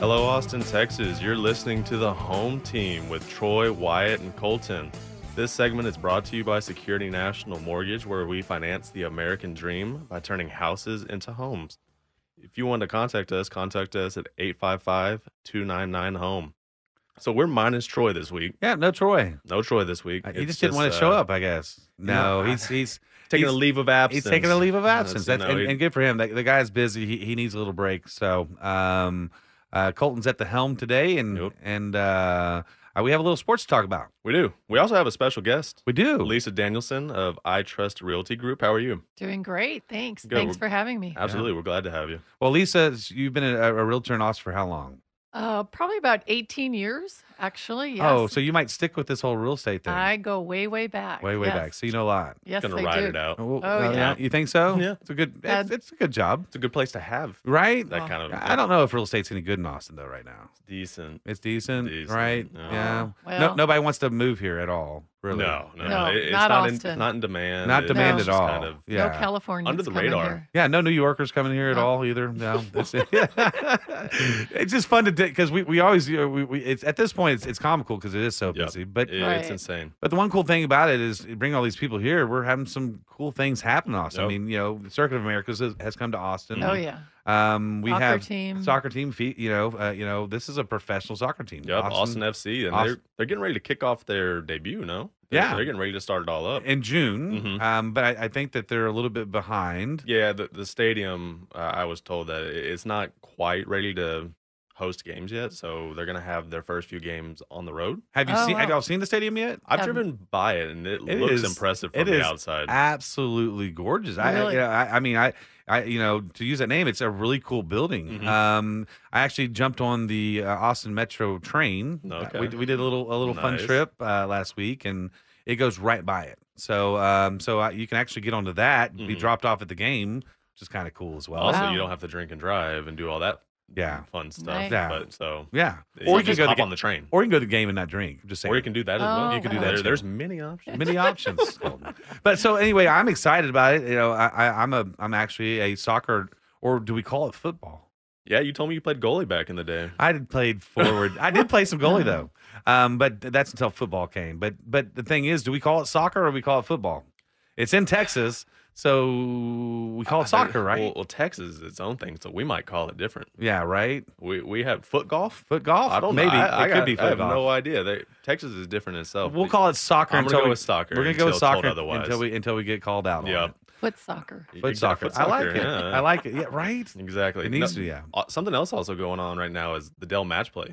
Hello, Austin, Texas. You're listening to the home team with Troy, Wyatt, and Colton. This segment is brought to you by Security National Mortgage, where we finance the American dream by turning houses into homes. If you want to contact us, contact us at 855 299 HOME. So we're minus Troy this week. Yeah, no Troy. No Troy this week. He It's just, didn't want to show uh, up, I guess. No, know, he's he's Taking he's- a leave of absence. He's taking a leave of Uh, absence. so, you That's, know, and, he- and good for him. The, the guy's busy. He, he needs a little break. So um, uh, Colton's at the helm today, and Yep. and uh, uh, we have a little sports to talk about. we do. We also have a special guest, We do. Lisa Danielson of I Trust Realty Group. How are you? Doing great. Thanks. Good. Thanks for having me. Absolutely. We're glad to have you. Well, Lisa, s- you've been a, a realtor in Austin for how long? Uh, probably about 18 years, actually. Yes. Oh, so you might stick with this whole real estate thing I go way, way back. way, way Yes. back. So you know a lot. Yes, Gonna I ride do. it out. Well, Oh, uh, yeah. You think so? Yeah. It's a good. It's, Uh, it's a good job, It's a good place to have right? that Oh. kind of. I don't know if real estate's any good in Austin though. Right now, Decent. it's decent, Decent, right? no. Yeah. no, Well- nobody wants to move here at all. Really? No, no, No, it- it's not not in, Austin. not in demand. Not It- demand it's at just all. Kind of, yeah. No California. Under the radar. Yeah, no New Yorkers coming here at No. all either. No, it's, it's just fun to because we, we always you know, we, we it's at this point it's, it's comical because it is so Yep. busy. But it- Right. It's insane. but the one cool thing about it is you bring all these people here. We're having some cool things happen. in Austin. Yep. I mean, you know, the Circuit of Americas has, has come to Austin. Oh, yeah. Um, we Soccer have team. soccer team. Feet. You know, uh, you know, this is a professional soccer team. Yep, Austin, FC, and Austin- they're they're getting ready to kick off their debut. No, They're- Yeah. they're getting ready to start it all up. in June. Mhm. Um, but I, I think that they're a little bit behind. yeah, the the stadium. Uh, I was told that it- it's not quite ready to host games yet, so they're gonna have their first few games on the road. Have you Oh, seen? Have wow. y'all seen the stadium yet? I've Um, driven by it, and it, it looks is- impressive it from the is outside. absolutely gorgeous. I- I, Really? you know, I, I mean, I, I, you know, to use that name, it's a really cool building. Mhm. Um, I actually jumped on the uh, Austin Metro train. Uh, Okay. we, we did a little a little fun Nice. trip uh, last week, and it goes right by it. So, um, so I, you can actually get onto that, be Mhm. dropped off at the game, which is kind of cool as well. also, Wow. you don't have to drink and drive and do all that Yeah. fun stuff. Nice. Yeah. But so, or Yeah, or you you can just go to hop the, on the train, or you can go to the game and not drink. I'm just saying, or you can do that as well. Oh, You can do that There- too. There's many options. many options. but so anyway, I'm excited about it. You know, I, I, I'm a I'm actually a soccer or do we call it football? Yeah, you told me you played goalie back in the day. I did played forward. I did play some goalie though, um, but th- that's until football came. But but the thing is, do we call it soccer or we call it football? It's in Texas, so we call it soccer, right? Well, well, Texas is its own thing, so we might call it different. yeah, right. We we have foot golf. Foot golf. I don't Maybe know. I, I it could got- be I football. have no idea. They, Texas is different itself. We'll call it soccer I'm gonna until go we, with soccer We're gonna go with until told soccer otherwise. until we until we get called out. on Yeah. it. Foot soccer. You- you Foot got soccer. I like it. yeah. I like it. Yeah, right. exactly. It needs to be, yeah. uh, Something else also going on right now is the Dell Match Play,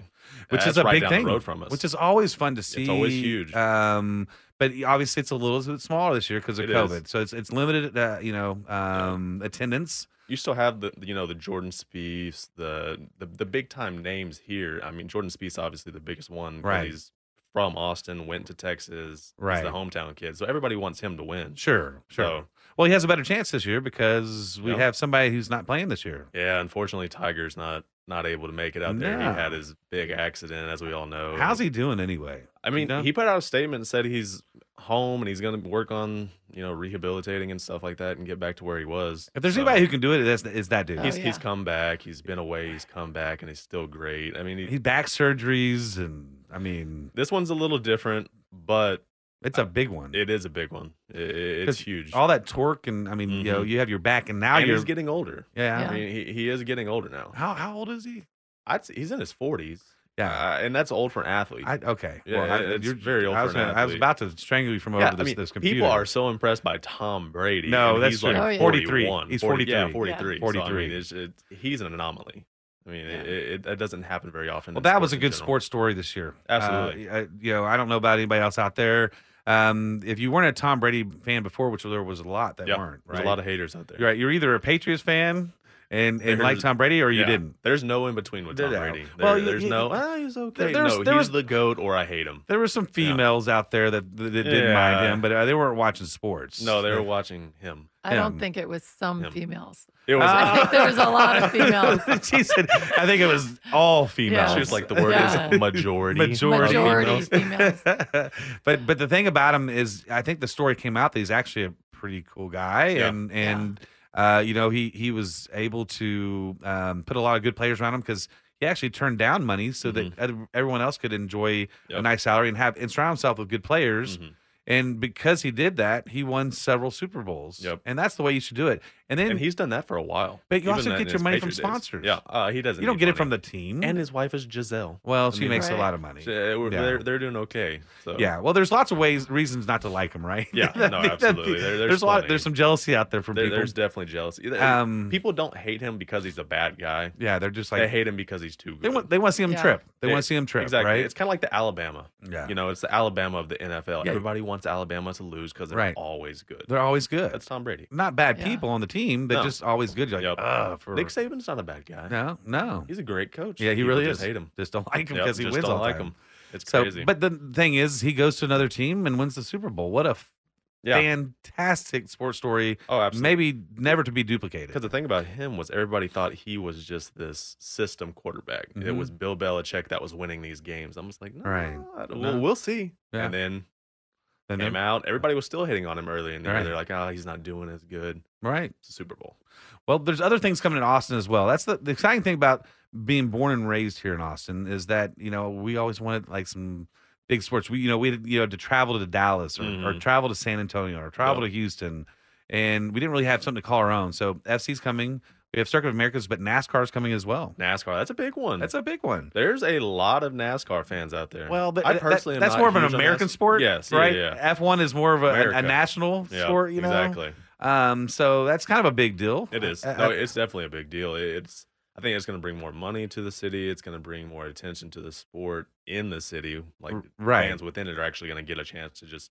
which That's is a right big down thing the road from us. which is always fun to see. always huge. Um, but obviously, it's a little bit smaller this year because of It is. COVID. So it's it's limited, uh, you know, um, attendance. you still have the you know the Jordan Spieths, the the, the big time names here. I mean, Jordan Spieth's obviously the biggest one. 'cause Right. He's from Austin, went to Texas. Right. He's the hometown kid, so everybody wants him to win. Sure, sure. So- Well, he has a better chance this year because we Yep. have somebody who's not playing this year. Yeah, unfortunately, Tiger's not not able to make it out there. No. He had his big accident, as we all know. How's he doing anyway? I mean, know? he put out a statement and said he's home and he's going to work on, you know, rehabilitating and stuff like that and get back to where he was. If there's So, anybody who can do it, that's is that dude. Oh, he's, yeah. he's come back, he's been away, he's come back, and he's still great. I mean, he, He's back surgeries, and I mean, this one's a little different, but it's a big one. it is a big one. I- I- it's 'Cause huge. All that torque, and I mean, you know, Mhm. you have your back, and now and you're he's getting older. yeah. Yeah. I mean, he, he is getting older now. How how old is he? I'd say he's in his 40s. Yeah. Uh, and that's old for an athlete. I, okay. Yeah, well, I, it- it's you're very old I for was, an gonna- I was athlete. about to strangle you from over yeah, this, I mean, this computer. people are so impressed by Tom Brady. No, and that's he's true. like Oh, yeah. 43. 41, He's 40 43. Yeah, 43. Yeah. So, I mean, 43. it's, it's- he's an anomaly. I mean, it, it, that doesn't happen very often. Well, in that was sports a in good general. sports story this year. Uh, Absolutely. I- you know, I don't know about anybody else out there. Um, if you weren't a Tom Brady fan before, which there was a lot that Yeah, weren't, right? There's a lot of haters out there. You're right. You're either a Patriots fan and, and like There's- Tom Brady, or you Yeah. didn't. There's no in between with Did Tom that. Brady. There, Well, you- there's you- no. Ah, he's okay. there was- no, there he's was- the goat, or I hate him. There were some females out there that, that didn't mind Yeah. him, but uh, they weren't watching sports. No, they were watching him. I don't Him. think it was some Him. females. It was. I think there was a lot of females. she said, I think it was all females. she was like the word Yeah. is majority. Majority. Majority females. but but the thing about him is, I think the story came out that he's actually a pretty cool guy, Yeah. and and uh, you know he he was able to um, put a lot of good players around him because he actually turned down money so that ev- everyone else could enjoy a Mm-hmm. Yep. nice salary and have and surround himself with good players. Mhm. And because he did that, he won several Super Bowls. Yep. And that's the way you should do it. And then and he's done that for a while. But you Even also that get in your his money from Patriot days. sponsors. Yeah, uh, he doesn't. you don't need get it money. from the team. And his wife is Giselle. well, she mean, makes a Right. lot of money. She- uh, we're- Yeah. They're they're doing okay. So Yeah, well, there's lots of ways, reasons not to like him, right? Yeah, no, absolutely. There- there's there's a lot. plenty. There's some jealousy out there from there- people. there's definitely jealousy. There- Um, people don't hate him because he's a bad guy. yeah, they're just they like hate him because he's too good. they want. They want to see him Yeah. trip. They Yeah, want to see him trip. exactly. Right. It's kind of like the Alabama. Yeah. You know, it's the Alabama of the NFL. Yeah. Everybody wants Alabama to lose because they're Right. always good. they're always good. That's Tom Brady. not bad Yeah. people on the team. They're No. just always good. You're Yep. like, "Ugh, for Nick Saban's not a bad guy. no, no. He's a great coach. yeah, he People really just is. Hate him Just don't like him Yep, because he just wins don't all the like time. him. It's So, crazy. but the thing is, he goes to another team and wins the Super Bowl. What a f- yeah. fantastic sports story. oh, absolutely. Maybe never to be duplicated. Because the thing about him was everybody thought he was just this system quarterback. It Mhm. was Bill Belichick that was winning these games. I'm just like, no, Right. I don't- No. We'll, we'll see. Yeah. And then And came then- out. Everybody was still hitting on him early in the Right. year. They're like, oh, he's not doing as good. right. It's a Super Bowl. Well, there's other things coming in Austin as well. That's the, the exciting thing about being born and raised here in Austin is that you know we always wanted like some big sports. We you know we did, you know to travel to Dallas or, or Mhm. travel to San Antonio or travel to Houston, and we didn't really have something to call our own. So FC's coming. We have Circuit of Americas, but NASCAR's coming as well. NASCAR, that's a big one. That's a big one. There's a lot of NASCAR fans out there. Well, but I that- personally, am that's not more of an huge on American NASCAR. sport, Yes, yeah, right? Yeah, F1 is more of a, a, a America. national Yeah, sport, you know. exactly. Um, so that's kind of a big deal. Uh, It is. I- I- no, it's definitely a big deal. It- It's. I think it's going to bring more money to the city. It's going to bring more attention to the sport in the city. Like R- right. fans within it are actually going to get a chance to just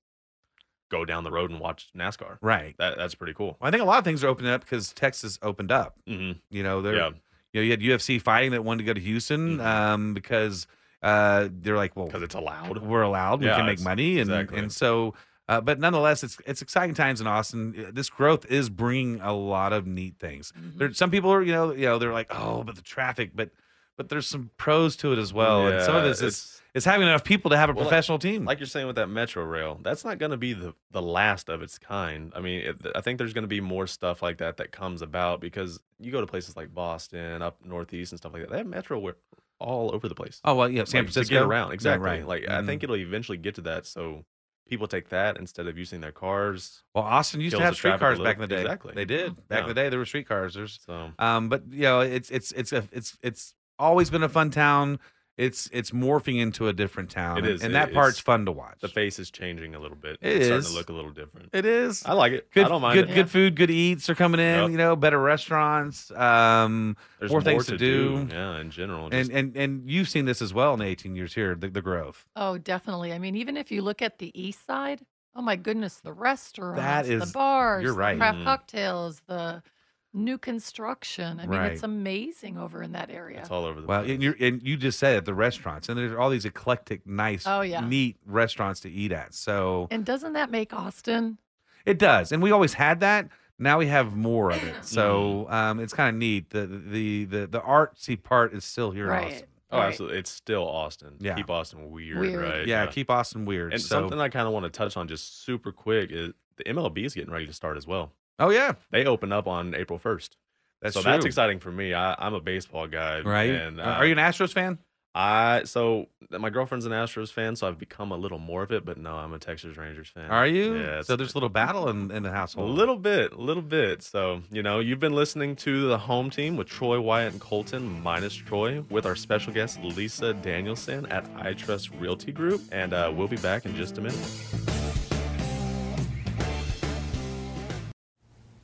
go down the road and watch NASCAR. right. That that's pretty cool. Well, I think a lot of things are opening up because Texas opened up. hmm You know, they're Yeah. you know you had UFC fighting that wanted to go to Houston Mhm. um, because uh, they're like, well, Because it's allowed. we're allowed, we Yeah, can make it's- money, and exactly. and so. Uh, but nonetheless, it's it's exciting times in Austin. Uh, This growth is bringing a lot of neat things. Mm-hmm. There, some people are, you know, you know, they're like, oh, but the traffic, but but there's some pros to it as well. and some of Yeah, this is it's- is having enough people to have a Well, like- professional team. like you're saying with that metro rail that's not going to be the, the last of its kind i mean it, i think there's going to be more stuff like that that comes about because you go to places like boston up northeast and stuff like that they have metro where, all over the place oh well, yeah, San Like, Francisco to get around exactly right. Mm-hmm. like i think it'll eventually get to that so people take that instead of using their cars Well, Austin used to kills have the traffic a streetcars little- back in the day. Exactly. Mm-hmm. they did. Back in Yeah. the day, there were streetcars. There's so Um, but you know, it's it's it's a, it's it's always been a fun town. It's it's morphing into a different town. It and- is. It- and that part's it's- fun to watch. the face is changing a little bit It it's starting is. to look a little different it is. i like it Good, i don't mind good, it good food, good eats are coming in. Yep. You know, better restaurants. Um, there's more things to do. yeah in general and just- and and you've seen this as well in the 18 years here, the, the growth. Oh, definitely. I mean, even if you look at the east side, oh my goodness, the restaurants, is- the bars, you're right. the craft Mhm. cocktails, the new construction. I mean, Right. it's amazing over in that area. it's all over the Well, place and you and you just said it, the restaurants, and there's all these eclectic, nice, Oh, yeah. neat restaurants to eat at. So And doesn't that make Austin? It does, and we always had that. Now we have more Mm-hmm. of it, so um, it's kind of neat. The, the the the artsy part is still here, in Right. Austin. Oh, Right. absolutely. It's still Austin. Yeah. Keep Austin weird, Weird. right? yeah, keep Austin weird. And so, something I kind of want to touch on just super quick is the MLB is getting ready to start as well. oh yeah, They open up on April 1st. that's so true. that's exciting for me. I, I'm a baseball guy. right? And Are- uh, Are you an Astros fan? I so my girlfriend's an Astros fan, so I've become a little more of it. But no, I'm a Texas Rangers fan. Are you? Yeah. so it's- there's a little battle in, in the a household. little bit, a little bit. So you know, you've been listening to the home team with Troy Wyatt and Colton minus Troy, with our special guest Lisa Danielson at I Trust Realty Group, and uh, we'll be back in just a minute.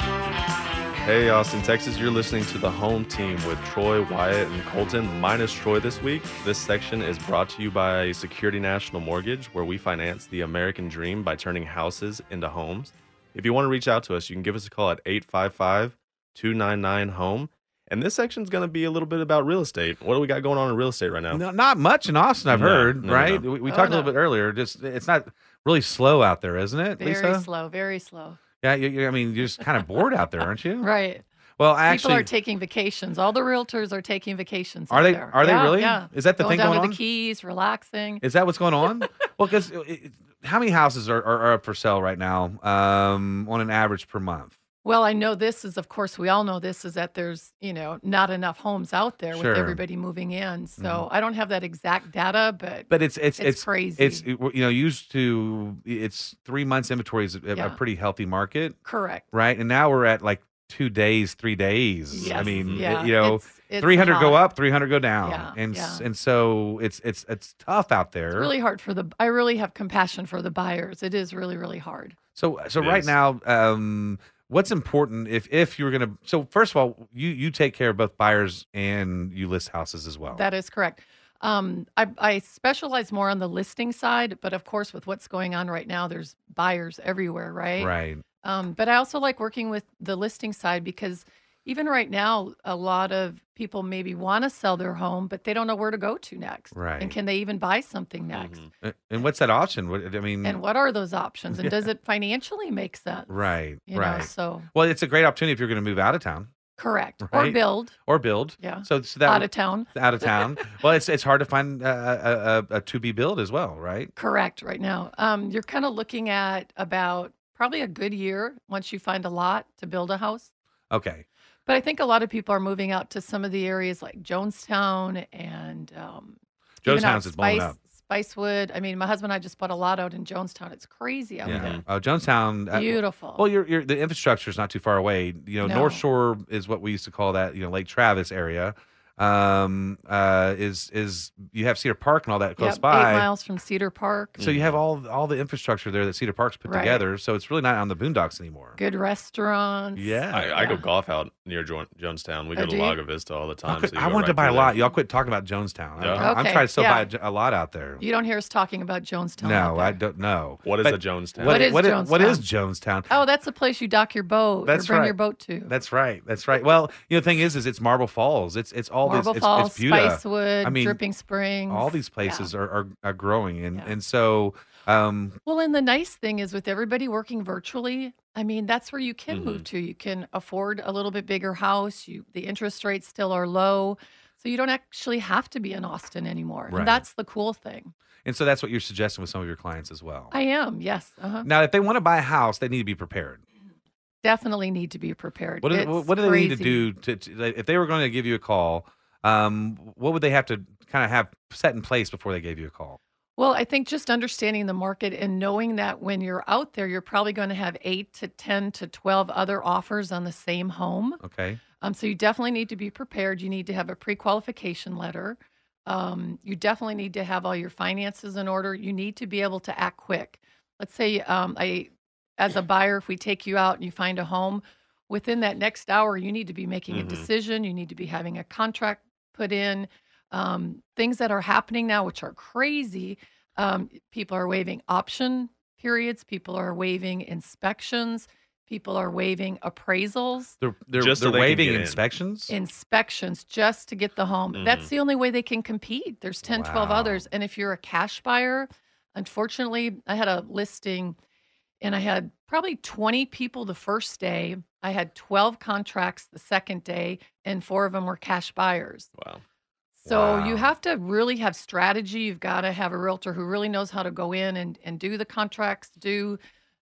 Hey, Austin, Texas, you're listening to the home team with Troy, Wyatt, and Colton, minus Troy this week. This section is brought to you by Security National Mortgage, where we finance the American dream by turning houses into homes. If you want to reach out to us, you can give us a call at 855 299 HOME. And this section's going to be a little bit about real estate. What do we got going on in real estate right now? No, not much in Austin, I've No, heard. no, no, right? no. We, we Oh, talked a no. little bit earlier. Just it's not really slow out there, isn't it, Very Lisa? slow, very slow. Yeah, you, you- I mean, you're just kind of bored out there, aren't you? Right. Well, I People actually, are taking vacations. All the realtors are taking vacations. Are out they- there. are they Yeah, really? Yeah. Is that the going thing down going to on? the Keys, relaxing. is that what's going on? well, because how many houses are, are, are up for sale right now um, on an average per month? Well, I know this is, of course, we all know this is that there's, you know, not enough homes out there Sure. Mm-hmm. with everybody moving in. So I don't have that exact data, but, But it's it's It's it's crazy. It's you know used to it's three months inventory is a, a Yeah. pretty healthy market, correct. right? And now we're at like two days, three days. I Yes, mean, it- yeah, you know, it's- it's three hundred go hot. up, three hundred go down, Yeah, and s yeah. and so it's it's it's tough out there. It's really hard for the, I really have compassion for the buyers. It is really, really hard. So uh, so It right is. now, um, what's important if if you're gonna? So first of all, you you take care of both buyers and you list houses as well. That is correct. Um, I, I specialize more on the listing side, but of course, with what's going on right now, there's buyers everywhere, right? right. Um, but I also like working with the listing side because even right now, a lot of people maybe want to sell their home, but they don't know where to go to next. Right. Mm-hmm. And can they even buy something next? Mhm. A- And what's that option? What I mean, And what are those options? And does it financially make sense? right, You right. know, so well, it's a great opportunity if you're going to move out of town correct. Right. Or build or build. Yeah. So, so that out of town. out of town. well, it's it's hard to find uh, a, a, a to be build as well, right? Correct, right now. Um, you're kind of looking at about probably a good year once you find a lot to build a house. Okay. But I think a lot of people are moving out to some of the areas like Jonestown and um, even out Jonestown's is blowing up. Spicewood. I mean, my husband and I just bought a lot out in Jonestown. It's crazy out Yeah. Mm-hmm. Oh, Jonestown. there. uh, Beautiful. Well, your your the infrastructure is not too far away. You know, North No. Shore is what we used to call that. You know, Lake Travis area. Um, uh, is is you have Cedar Park and all that close Yep, by. Eight miles from Cedar Park. So you have all all the infrastructure there that Cedar Park's put Right. together. So it's really not on the boondocks anymore. Good restaurants. Yeah. I, I go golf out near jo- Jonestown. We Oh, Uh, go to do you? Laga Vista all the time. Quit- so you I go wanted to right buy a through lot. there. Y'all quit talking about Jonestown. Yeah. I'm, I'm Okay, trying to still yeah. buy a j- a, lot out there. You don't hear us talking about Jonestown. out no, there. I don't know. What is But a Jonestown? What is what is, what is Jonestown? Oh, that's the place you dock your boat That's or bring right. your boat to. That's right. That's right. Well, you know, the thing is, is it's Marble Falls. It's it's all Marble this. It's, Falls, it's Buda. Spicewood, I mean, Dripping Springs. all these Yeah. places are, are are growing, and and so um, Well, and the nice thing is with everybody working virtually, I mean, that's where you can move Mm-hmm. to. You can afford a little bit bigger house. You the interest rates still are low. So you don't actually have to be in Austin anymore. And Right. that's the cool thing. and so that's what you're suggesting with some of your clients as well. I am, yes. Uh-huh. Now, if they want to buy a house, they need to be prepared. Definitely need to be prepared. What do, they- It's what do they need to crazy. do to, to if they were going to give you a call? Um, what would they have to kind of have set in place before they gave you a call? Well, I think just understanding the market and knowing that when you're out there, you're probably going to have eight to 10 to 12 other offers on the same home. Okay. Um, so you definitely need to be prepared. You need to have a pre qualification letter. Um, you definitely need to have all your finances in order. You need to be able to act quick. Let's say, um, I, as a buyer, if we take you out and you find a home, within that next hour, you need to be making Mhm. a decision. You need to be having a contract put in. Um, things that are happening now, which are crazy, um, people are waiving option periods, people are waiving inspections, people are waiving appraisals They're they're, Just so they're they can waiving get in. inspections. inspections just to get the home. Mhm. That's the only way they can compete. There's 10, 12 Wow. others. And if you're a cash buyer, unfortunately, I had a listing and I had probably 20 people the first day. I had 12 contracts the second day, and four of them were cash buyers. Wow. So Wow. you have to really have strategy. You've got to have a realtor who really knows how to go in and, and do the contracts, do,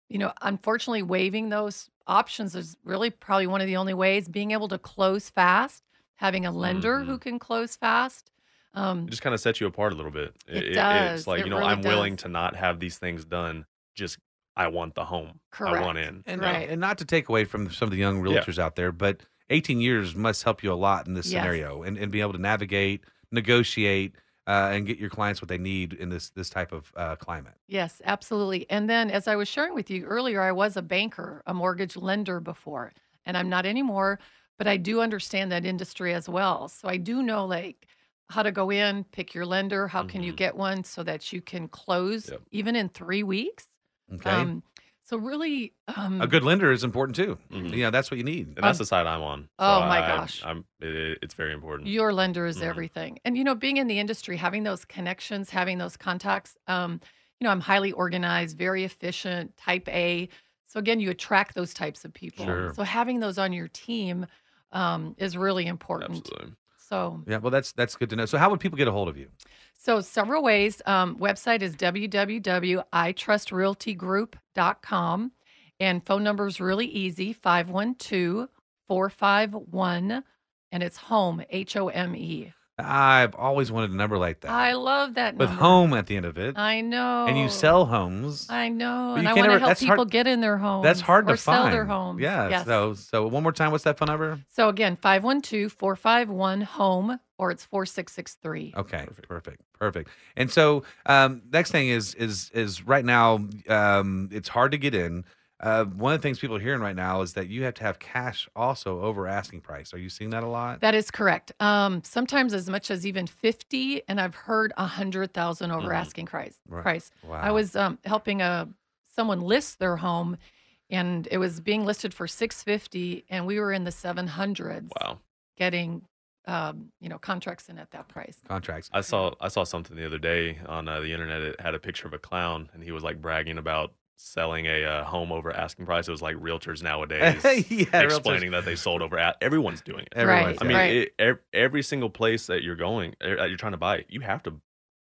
you know, unfortunately, waiving those options is really probably one of the only ways. Being able to close fast, having a lender who can close fast. Um, It just kind of sets you apart a little bit. It It's does. like, It you know, really I'm willing does. to not have these things done. Just, I want the home. I want Correct. in. And, uh, Right. and not to take away from some of the young Yeah. realtors out there, but 18 years must help you a lot in this Yes. scenario and, and be able to navigate, negotiate, uh, and get your clients what they need in this this type of uh, climate. Yes, absolutely. And then, as I was sharing with you earlier, I was a banker, a mortgage lender before, and I'm not anymore, but I do understand that industry as well. So I do know like how to go in, pick your lender, how can you Mhm. get one so that you can close Yep. even in three weeks. Okay. Um, so really, um, a good lender is important too. Mhm. You know, that's what you need. And that's the side I'm on. oh my I- gosh. I'm, it, it's very Mm-hmm. important. Your lender is Mhm. everything. And you know, being in the industry, having those connections, having those contacts, um, you know, I'm highly organized, very efficient, type A. So again, you attract those types of people. Sure. So having those on your team um, is really important. Absolutely. So Yeah, well, that's that's good to know. So, how would people get a hold of you? so several ways. Um, website is www.itrustrealtygroup.com. And phone number is really easy 512 451. And it's home, H O M E. I've always wanted a number like that I love that with number. home at the end of it, I know. and you sell homes. I know, but and you I can't want ever- to help that's hard- people get in their homes. that's hard or to find. Sell their homes. Yeah. Yes. So, so one more time. What's that phone number? So again, 512-451 home or it's 4663. Okay, perfect, perfect, And so, um, next thing is is is right now, um, it's hard to get in. Uh, one of the things people are hearing right now is that you have to have cash also over asking price. Are you seeing that a lot? That is correct. Um, sometimes as much as even 50 and I've heard 100,000 over Mhm. asking price. Mm-hmm. Right. Price. wow, I was um, helping a someone list their home and it was being listed for 650 and we were in the 700s Wow. getting um, you know contracts in at that price. contracts. I saw I saw something the other day on uh, the internet. It had a picture of a clown, and he was like bragging about selling a uh, home over asking price. It was like realtors nowadays yeah, explaining that they sold over. At, everyone's doing it. Everyone's Right, I mean, it, ev- every single place that you're going, er, that you're trying to buy, you have to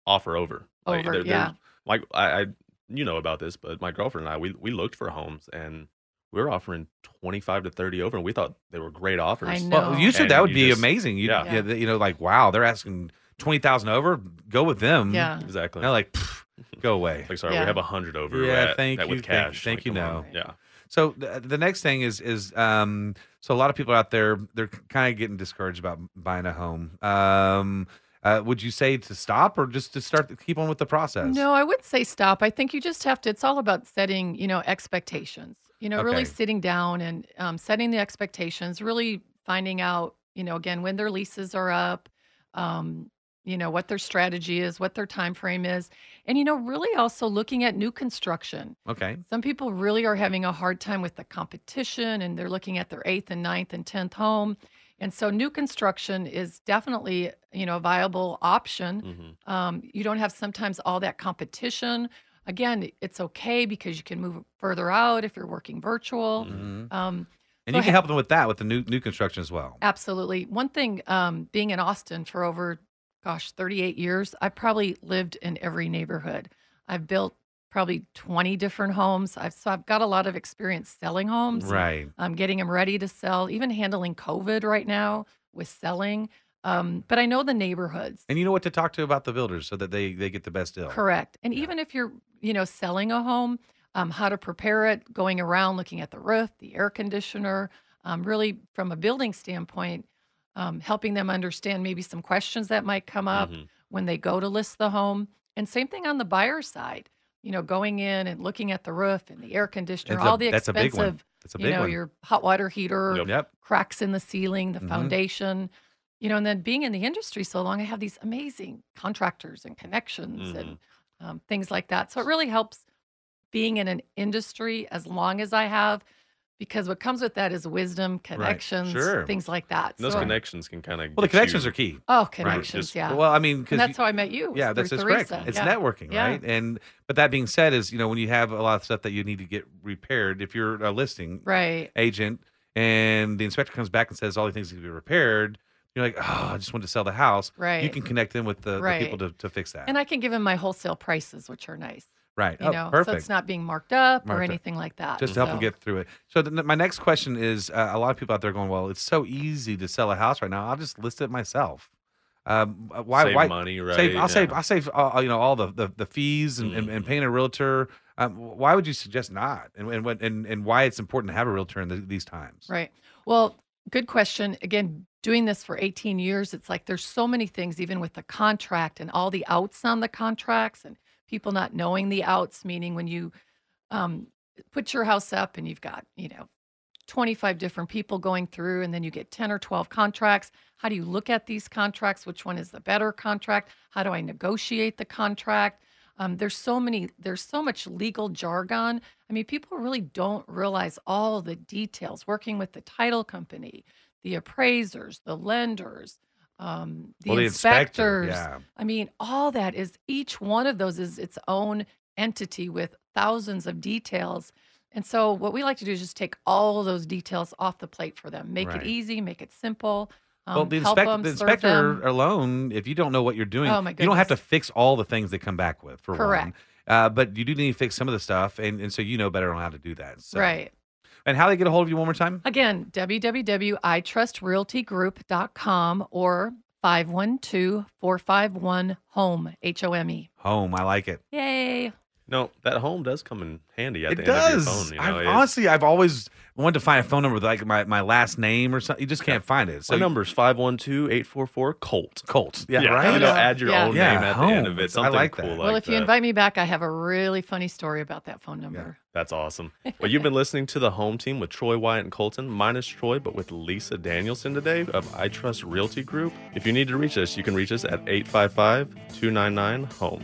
offer over. Over, there's- yeah. My, I, I, you know about this, but my girlfriend and I, we we looked for homes, and we were offering twenty five to thirty over, and we thought they were great offers. I know. Well, you said And that would you be just- amazing. You, yeah. yeah. th- you know, like wow, they're asking twenty thousand over. Go with them. Yeah. Exactly. Now, like, pff, go away. Like, sorry, Yeah. we have a hundred over. Yeah, at- thank that you, With thank you, cash. thank you, come on. no. Yeah. So the, uh, the next thing is is um so a lot of people out there they're kind of getting discouraged about buying a home. Um, uh, would you say to stop or just to start keep on with the process? No, I would say stop. I think you just have to. It's all about setting, you know, expectations. You know, really Okay. sitting down and um, setting the expectations. Really finding out, you know, again when their leases are up, um, you know, what their strategy is, what their time frame is, and you know, really also looking at new construction. Okay. Some people really are having a hard time with the competition and they're looking at their eighth and ninth and 10th home. And so new construction is definitely, you know, a viable option. Um, you don't have sometimes all that competition. Again, it's okay because you can move further out if you're working virtual. Mm-hmm. Um, And so you can ha- help them with that with the new new construction as well. Absolutely. One thing, um, being in Austin for over, gosh, 38 years, I probably lived in every neighborhood. I've built probably 20 different homes. I've so I've got a lot of experience selling homes. Right. Um, getting them ready to sell, even handling COVID right now with selling. Um, but I know the neighborhoods. And you know what to talk to about the builders so that they they get the best deal. Correct. And even if you're, you know, selling a home, um, how to prepare it, going around looking at the roof, the air conditioner, um, really from a building standpoint, um, helping them understand maybe some questions that might come up Mm-hmm. when they go to list the home. And same thing on the buyer side, you know, going in and looking at the roof and the air conditioner, That's a- all the that's a big expensive, one. That's a you big know, one. your hot water heater, Yep. Yep. cracks in the ceiling, the Mhm. foundation, you know, and then being in the industry so long, I have these amazing contractors and connections and Mm-hmm. um, things like that. So it really helps being in an industry as long as I have, because what comes with that is wisdom, connections, Sure. things like that. And those So- connections can kind of. Well, the connections are key. Oh, Right. connections, Just- yeah. Well, I mean, because and that's how I met you. yeah, was that's through that's correct. Teresa. It's Yeah. networking, Yeah. right? And but that being said, is you know when you have a lot of stuff that you need to get repaired, if you're a listing Right. agent and the inspector comes back and says all the things need to be repaired, you're like, oh, I just wanted to sell the house. You Right. can connect in with the, Right. the people to, to fix that. And I can give them my wholesale prices, which are nice. right. You oh, know, perfect. so it's not being marked up Marked or up. anything like that. just to help them So- get through it. So the, my next question is: uh, a lot of people out there going, "Well, it's so easy to sell a house right now. I'll just list it myself. Um, uh, why? Save why money, Save, right? I'll save. Yeah. Mm-hmm. I'll save. Uh, you know, all the the, the fees and, and, and paying a realtor. Um, why would you suggest not? And and what and, and why it's important to have a realtor in the, these times? Right. Well, good question. Again, doing this for 18 years, it's like there's so many things, even with the contract and all the outs on the contracts and people not knowing the outs, meaning when you um, put your house up and you've got, you know, 25 different people going through and then you get 10 or 12 contracts. How do you look at these contracts? Which one is the better contract? How do I negotiate the contract? Um, there's so many, there's so much legal jargon. I mean, people really don't realize all the details working with the title company, the appraisers, the lenders, um, the Well, the inspector, yeah. inspectors. I mean, all that is each one of those is its own entity with thousands of details. And so, what we like to do is just take all of those details off the plate for them, make Right. it easy, make it simple. Um, well, the, help inspect, 'em, the serve inspector them. alone, if you don't know what you're doing, Oh, my you don't have to goodness. fix all the things they come back with, for one. Correct. Uh, but you do need to fix some of the stuff, and, and so you know better on how to do that. So. Right. And how they get a hold of you one more time? Again, www.itrustrealtygroup.com or 512 451 HOME, H O M E. Home. I like it. Yay. No, that home does come in handy at it the end of your does. phone. You know, I've, it's- honestly, I've always wanted to find a phone number with like my, my last name or something. You just can't find it. So my number's 512 844 Colt. Colt. Yeah, You right. know, add your Yeah. own Yeah, name at the end of homes. it. I Something like cool that. like well, if you that. invite me back, I have a really funny story about that phone number. That's awesome. Well, you've been listening to the home team with Troy Wyatt and Colton, minus Troy, but with Lisa Danielson today of I Trust Realty Group. If you need to reach us, you can reach us at 855 299 HOME.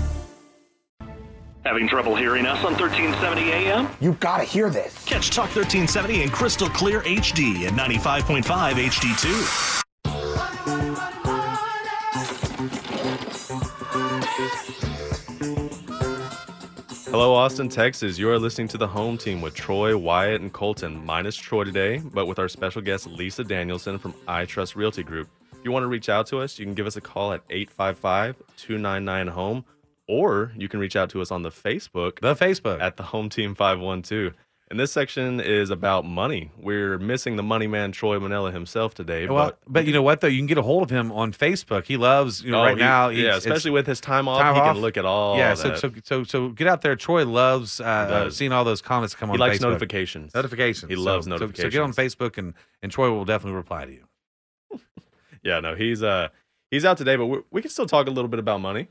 Having trouble hearing us on 1370 AM? You've got to hear this. Catch Talk 1370 in crystal clear HD and 95.5 HD2. Hello, Austin, Texas. You are listening to the home team with Troy, Wyatt, and Colton, minus Troy today, but with our special guest, Lisa Danielson from I Trust Realty Group. If you want to reach out to us, you can give us a call at 855 299 HOME, or you can reach out to us on the Facebook. The Facebook. At the Home Team 512. And this section is about money. We're missing the money man Troy Manella himself today. well, but but, you know what though, you can get a hold of him on Facebook. He loves you know Oh, right he- now. yeah, he's- it's- especially with his time off, he can look at all Yeah, that. so so so so get out there. Troy loves uh, does. seeing all those comments come He on. likes Facebook. notifications. Notifications. He loves So- so- So, notifications. get on Facebook and and Troy will definitely reply to you. yeah, no, he's uh he's out today, but we we can still talk a little bit about money.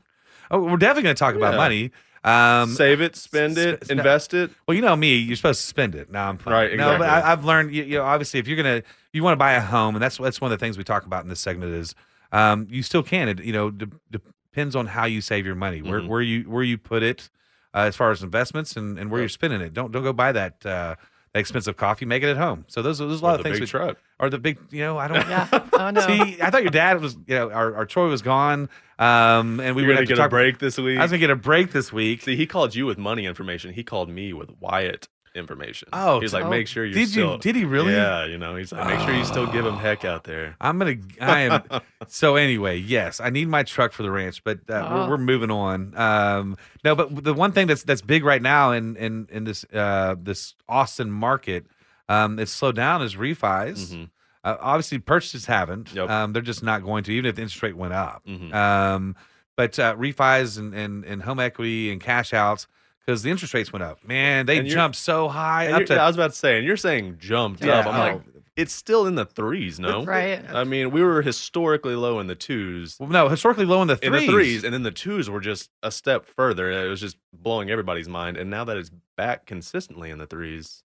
Oh, we're definitely going to talk about Yeah. money. Um, Save it, spend it, sp- invest it. Well, you know me, you're supposed to spend it. No, I'm fine. Right, No, but exactly. I, I've learned. You, you know, obviously, if you're gonna, you want to buy a home, and that's that's one of the things we talk about in this segment is, um, you still can. It you know de- depends on how you save your money, where Mhm. where you where you put it, uh, as far as investments and, and where you're spending it. Don't don't go buy that. Uh, that expensive coffee, make it at home. So those, there's a Or lot of the things. big truck. or the big, you know, I don't. Yeah, Oh, I know. See, I thought your dad was, you know, our, our Troy was gone, um, and we You're gonna would have to get talk a break this week. I was gonna get a break this week. See, he called you with money information. He called me with Wyatt information. Oh, he's like, oh, make sure you did you- still, did he really? Yeah, you know, he's like, make sure you still give him heck out there. I'm gonna. I am. so anyway, yes, I need my truck for the ranch, but uh, Oh. we're, we're moving on. Um, no, but the one thing that's that's big right now in in in this uh, this Austin market, um, it's slowed down is refis. Mm-hmm. Uh, obviously, purchases haven't. Um, they're just not going to, even if the interest rate went up. Mm-hmm. Um, but uh, refis and, and and home equity and cash outs because the interest rates went up. Man, they And you're- jumped so high And up you're- to. yeah, I was about to say, and you're saying jumped Yeah, up. I'm oh. like, it's still in the threes, no? Right. I mean, we were historically low in the twos. Well, no, historically low in the In threes. the threes, and then the twos were just a step further. It was just blowing everybody's mind. And now that it's back consistently in the threes,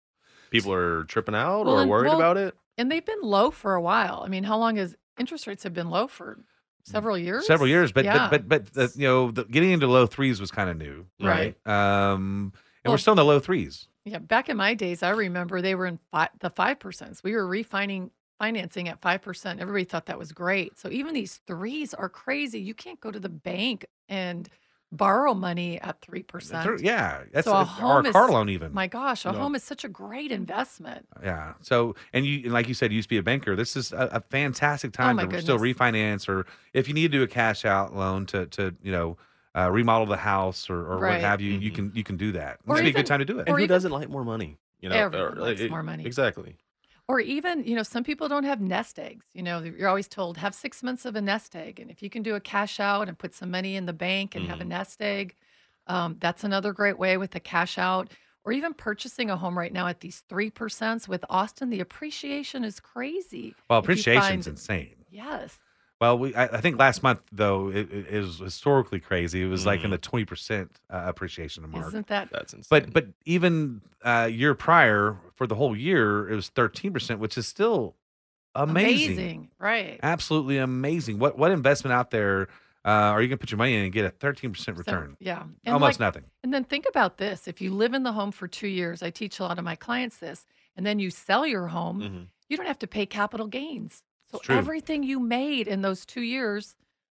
people are tripping out Well, or and- worried well, about it. And they've been low for a while. I mean, how long has interest rates have been low for several years? Mm, Several years, but yeah. but but, but uh, you know, the, getting into low threes was kind of new, Right. Um, and Well- we're still in the low threes. yeah, back in my days, I remember they were in fi- the five percent. We were refining financing at five percent. Everybody thought that was great. So even these threes are crazy. You can't go to the bank and borrow money at three percent. yeah, that's- so that's- a or a home is- car loan even. My gosh, a No. home is such a great investment. Yeah. So, and you, and like you said, you used to be a banker. This is a, a fantastic Oh, time my to still refinance, or if you need to do a cash out loan to to you know uh, remodel the house or, or Right. what Mm-hmm. have you, you can you can do that. This would Or be a even- good time to do it. And or who even- doesn't like more money? You know, Everyone likes it- more money. Exactly. Or even, you know, some people don't have nest eggs. You know, you're always told have six months of a nest egg. And if you can do a cash out and put some money in the bank and have Mm-hmm. a nest egg, um, that's another great way with the cash out. Or even purchasing a home right now at these 3% with Austin, the appreciation is crazy. Well, If you appreciation's find- insane. Yes. Well, we I, I think last month though it, it it was historically crazy. It was like in Mm-hmm. the twenty percent uh, appreciation mark. Isn't that That's insane. But but even uh, year prior for the whole year it was thirteen percent, which is still amazing. amazing? Right. absolutely amazing. What what investment out there uh, are you going to put your money in and get a thirteen percent So, return? yeah. And almost like- nothing. And then think about this if you live in the home for two years, I teach a lot of my clients this, and then you sell your home, you don't have to pay capital gains. So Mm-hmm. It's true. everything you made in those two years,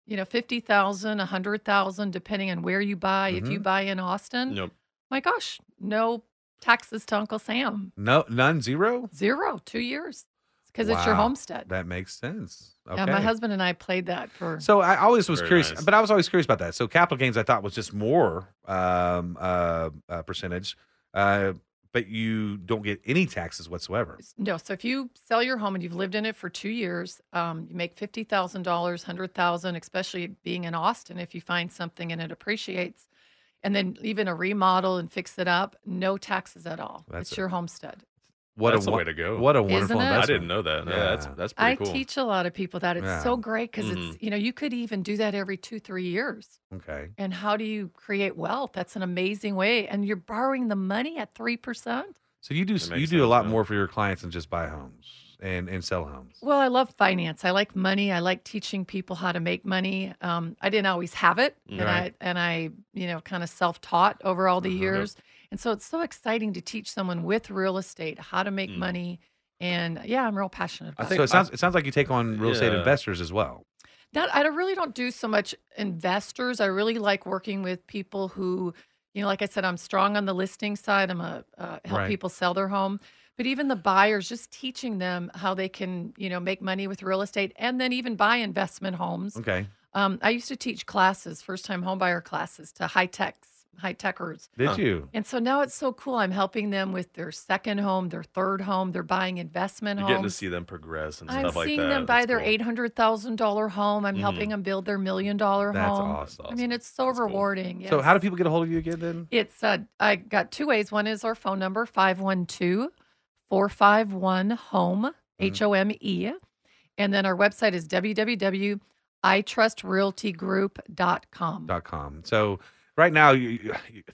you know, 50,000, 100,000, depending on where you buy. If you Mhm. buy in Austin, Nope. my gosh, no taxes to Uncle Sam. No, none, zero, Zero, two years because it's your Wow. homestead. That makes sense. Okay. Yeah, my husband and I played that for. So I always was Very curious, nice. but I was always curious about that. So capital gains, I thought was just more um, uh, uh, percentage, uh, but you don't get any taxes whatsoever. No, so if you sell your home and you've lived in it for two years, um, you make fifty thousand dollars, hundred thousand, especially being in Austin. If you find something and it appreciates, and then even a remodel and fix it up, no taxes at all. That's it's a- your homestead. What That's a the wo- way to go. What a Isn't wonderful it? I investment. I didn't know that. Yeah, that's Yeah. that's pretty I cool. teach a lot of people that it's Yeah. so great because it's you know you could even do that every two three years. Okay. And how do you create wealth? That's an amazing way, and you're borrowing the money at three percent. So you do That you makes do a sense, lot yeah. more for your clients than just buy homes and and sell homes. Well, I love finance. I like money. I like teaching people how to make money. Um, I didn't always have it, and Right. I and I, you know, kind of self-taught over all the Uh-huh. Yep. years. And so it's so exciting to teach someone with real estate how to make Mm. money. And yeah, I'm real passionate about so it. it sounds it sounds like you take on real estate Yeah. investors as well. Not, I don't- really don't do so much investors. I really like working with people who, you know, like I said, I'm strong on the listing side. I'm a uh, help Right. people sell their home, but even the buyers, just teaching them how they can, you know, make money with real estate and then even buy Mm. investment homes. Okay. Um, I used to teach classes, first time homebuyer classes to high techs high techers. Did Huh. you? And so now it's so cool. I'm helping them with their second home, their third home. They're buying investment You're homes. getting to see them progress and I'm stuff like seeing that. them buy their eight hundred thousand dollar home. I'm helping Mhm. them build their million dollar Mm-hmm. That's home. awesome. I mean, it's so rewarding. So yes. how do people get a hold of you again then? It's uh, I got two ways. One is our phone number 512-451-HOME, Mm-hmm. H O M E. And then our website is www.itrustrealtygroup.com. Dot com. So right now,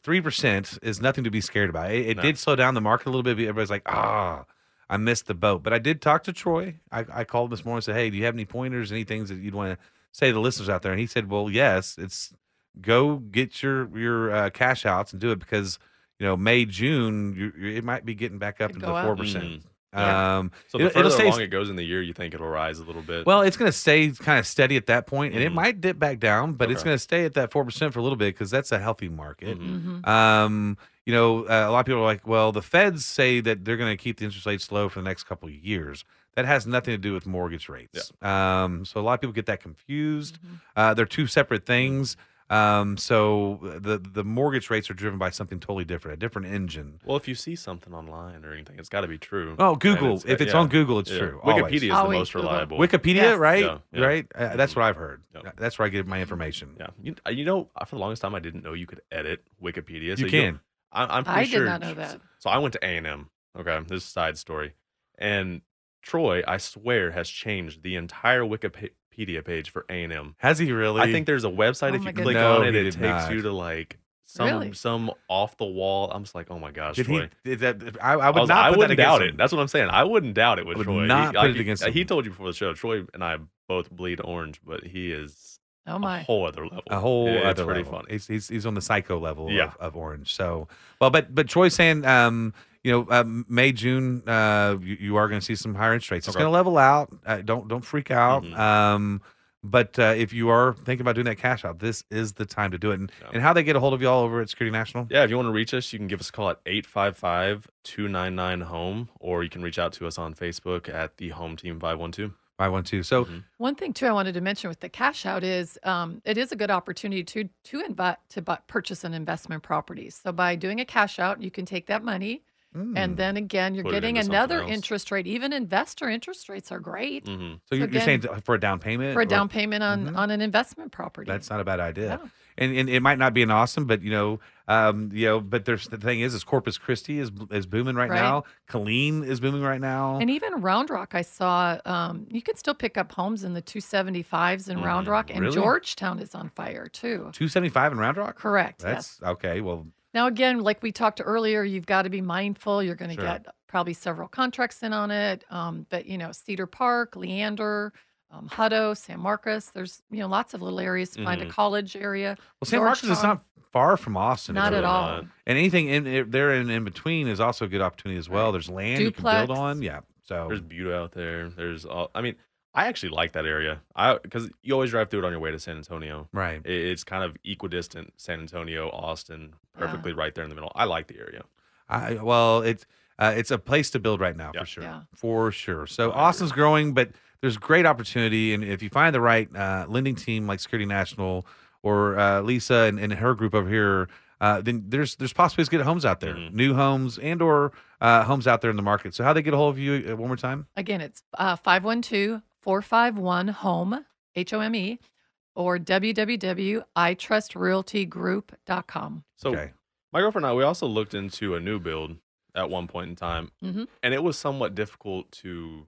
three percent is nothing to be scared about. It, it No. did slow down the market a little bit. but Everybody's like, ah, I missed the boat. But I did talk to Troy. I, I called him this morning and said, hey, do you have any pointers, any things that you'd want to say to the listeners out there? And he said, well, yes, it's go get your your uh, cash outs and do it because you know May June you, you- it might be getting back up into go the up. four percent. Mhm. Yeah. Um, So the it- further stay along it goes in the year, you think it'll rise a little bit. well, it's going to stay kind of steady at that point, and it might dip back down, but Mm. it's Okay. going to stay at that four percent for a little bit because that's a healthy market. Mm-hmm. Mhm. Um, you know, uh, a lot of people are like, "Well, the Feds say that they're going to keep the interest rates low for the next couple of years." That has nothing to do with mortgage rates. Um, so a lot of people get that confused. Uh, they're two separate things. Um, so the the mortgage rates are driven by something totally different, a different engine. Well, if you see something online or anything, it's got to be true. Oh, right? Google. if it's yeah. on Google, it's Yeah. true. Wikipedia always. is the most reliable. Wikipedia, right? Yeah, yeah. Mm-hmm. Right. Uh, that's what I've heard. That's where I get my information. Yeah. You, uh, you know, uh, for the longest time, I didn't know you could edit Wikipedia. You you'll- can. I, I'm pretty I did sure. not know that. So I went to A and M. Okay, this is a side story. And Troy, I swear, has changed the entire Wikipedia page for A and M. Has he really? I think there's a website Oh if my you click goodness. on No, it, he it did takes not. you to like some Really? some off the wall. I'm just like, oh my gosh, Did he? Troy. Did that? I, I would was- not. put wouldn't that doubt against it. him. That's what I'm saying. I wouldn't doubt it with I would Troy. not he, put like, it he- against uh, He him. told you before the show. Troy and I both bleed orange, but he is Oh my. a whole other level. A whole It- it's other pretty level. funny. He's, he's he's on the psycho level Yeah. of, of orange. So well, but but Troy's saying, um, you know, um, May June, uh, you, you are going to see some higher interest rates. It's Okay. Mm-hmm. going to level out. Uh, don't don't freak out. Um, but uh, if you are thinking about doing that cash out, this is the time to do it. And, and how they get a hold of y'all over at Security National? Yeah, if you want to reach us, you can give us a call at 855 299 Home, E, or you can reach out to us on Facebook at the Home E Team 512. 512. So, Mm-hmm. One thing too I wanted to mention with the cash out is um, it is a good opportunity to to invite to buy, purchase an investment property. So by doing a cash out, you can take that money, Mm. and then again you're Put it getting into something another else. interest rate. Even investor interest rates are great Mm-hmm. so you're, you're again, saying for a down payment? for a or- down payment on on an investment property. Mm-hmm. That's not a bad idea. No. And, and it might not be an awesome, but you know, um, you know, but there's the thing is, is Corpus Christi is is booming right, Right. now. Colleen is booming right now. And even Round Rock, I saw um, you can still pick up homes in the 275s in Round Mm, Rock, and really? Georgetown is on fire too. Two seventy five in Round Rock. Correct, That's okay. Well, Now, again, like we talked earlier, you've got to be mindful. You're going to Sure. get probably several contracts in on it. Um, but, you know, Cedar Park, Leander, um, Hutto, San Marcos, there's, you know, lots of little areas to find a Mhm. college area. well, San Marcos is Georgetown. not far from Austin. is Not it? at all. And anything in in- there and in between is also a good opportunity as well. There's land you can Duplex. build on. Yeah. So There's beauty out there. There's all, I mean, I actually like that area. I because you always drive through it on your way to San Antonio. Right. It- it's kind of equidistant San Antonio, Austin, perfectly right there in the middle. I like the area. I well, it's uh, it's a place to build right now for sure, for sure. So Austin's growing, but there's great opportunity, and if you find the right uh, lending team like Security National or uh, Lisa and, and her group over here, uh, then there's there's possibilities to get homes out there, Mm-hmm. new homes and or uh, homes out there in the market. So how they get a hold of you uh, one more time? Again, it's uh, 512 451 HOME, H O M E, or www.itrustrealtygroup.com. So my girlfriend and I, we also looked into a new build at one point in time, Mhm. and it was somewhat difficult to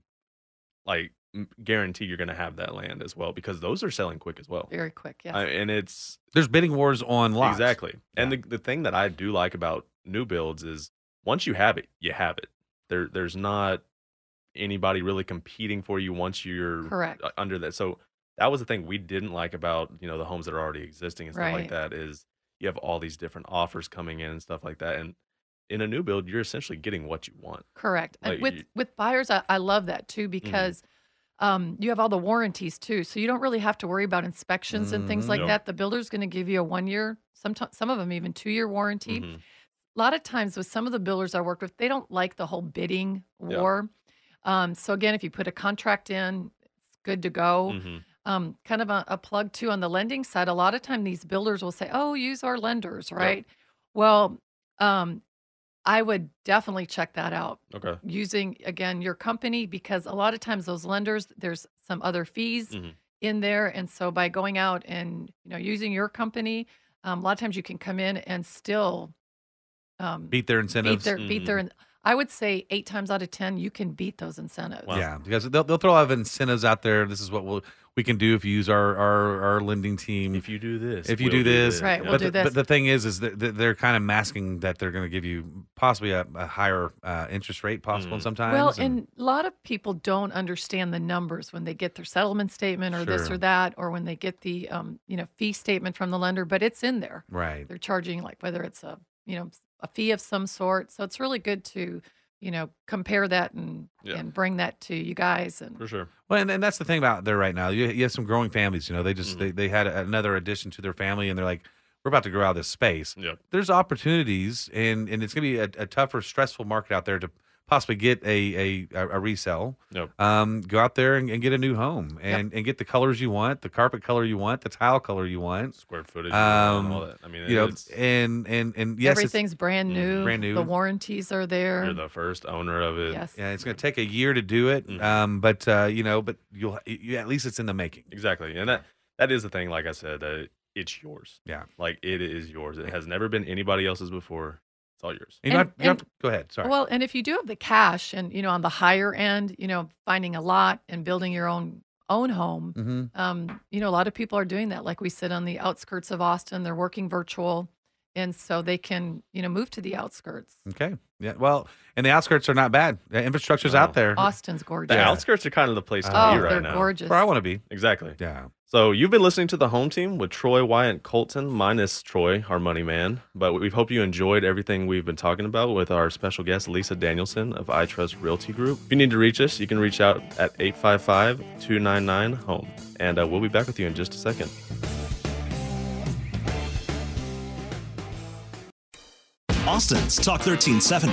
like m- guarantee you're going to have that land as well because those are selling quick as well. Very quick, yes. I- and it's there's bidding wars on lots. exactly. And the the thing that I do like about new builds is once you have it, you have it. There there's not anybody really competing for you once you're Correct. uh, under that. So that was the thing we didn't like about you know the homes that are already existing and stuff Right. like that is you have all these different offers coming in and stuff like that. And in a new build, you're essentially getting what you want. Correct. Like, and with you- with buyers, I, I love that too because um, you have all the warranties too, so you don't really have to worry about inspections and things like Mhm. that. The builder's going to give you a one year, sometimes some of them even two year warranty. A lot of times with some of the builders I worked with, they don't like the whole bidding Yeah. war. Um, so again, if you put a contract in, it's good to go. Mm. Mm-hmm. Um, kind of a, a plug too on the lending side. A lot of time these builders will say, "Oh, use our lenders," right? Well, um, I would definitely check that out. Okay. Mm-hmm. Using again your company because a lot of times those lenders there's some other fees Mm-hmm. Mhm. in there, and so by going out and you know using your company, um, a lot of times you can come in and still um, Beat their beat incentives. mm-hmm. their beat their. in- I would say eight times out of ten you can beat those incentives. Yeah, because they'll, they'll throw out incentives out there. This is what we'll, we can do if you use our, our, our lending team. If you do this, if you we'll do do this, this. Right, we'll but do the, this. But the thing is, is that that they're kind of masking that they're going to give you possibly a, a higher uh, interest rate possible sometimes. Well, and a lot of people don't understand the numbers when they get their settlement statement or this Sure. or that, or when they get the um, you know fee statement from the lender. But it's in there. right, They're charging like whether it's a you know a fee of some sort. So it's really good to you know compare that and Yeah. and bring that to you guys. And for sure. Well, and, and that's the thing about there right now. You, you have some growing families. You know, they just they, they had another addition to their family, and they're like, we're about to grow out of this space. Yep. There's opportunities, and and it's going to be a, a tougher, stressful market out there to possibly get a a, a resell. Yep. Um, go out there and, and get a new home, and and get the colors you want, the carpet color you want, the tile color you want, square footage, you want, all that. I mean, um, you know, it's- and and and yes, it's- Mm-hmm. everything's brand new. brand new. The warranties are there. You're the first owner of it. Yes. Yeah, it's going to take a year to do it, Mm-hmm. um, but uh, you know, but you'll you, at least it's in the making. Exactly. And that that is the thing, like I said, that it's yours. Yeah. Like it is yours. It has never been anybody else's before. It's all yours. And you don't have- you don't have to- go ahead. Sorry. Well, and if you do have the cash and you know on the higher end, you know, finding a lot and building your own own home, Mhm. um, you know, a lot of people are doing that. Like we sit on the outskirts of Austin, they're working virtual, and so they can you know move to the outskirts. Okay. Yeah. Well, and the outskirts are not bad. The infrastructure's out there. Austin's gorgeous. The outskirts are kind of the place to Oh, be right they're now. gorgeous. Where I want to be. Exactly. Yeah. So you've been listening to the home team with Troy Wyatt Colton minus Troy, our money man. But we hope you enjoyed everything we've been talking about with our special guest Lisa Danielson of I Trust Realty Group. If you need to reach us, you can reach out at 855-299-HOME. And uh, we'll be back with you in just a second. Austin's Talk 1370.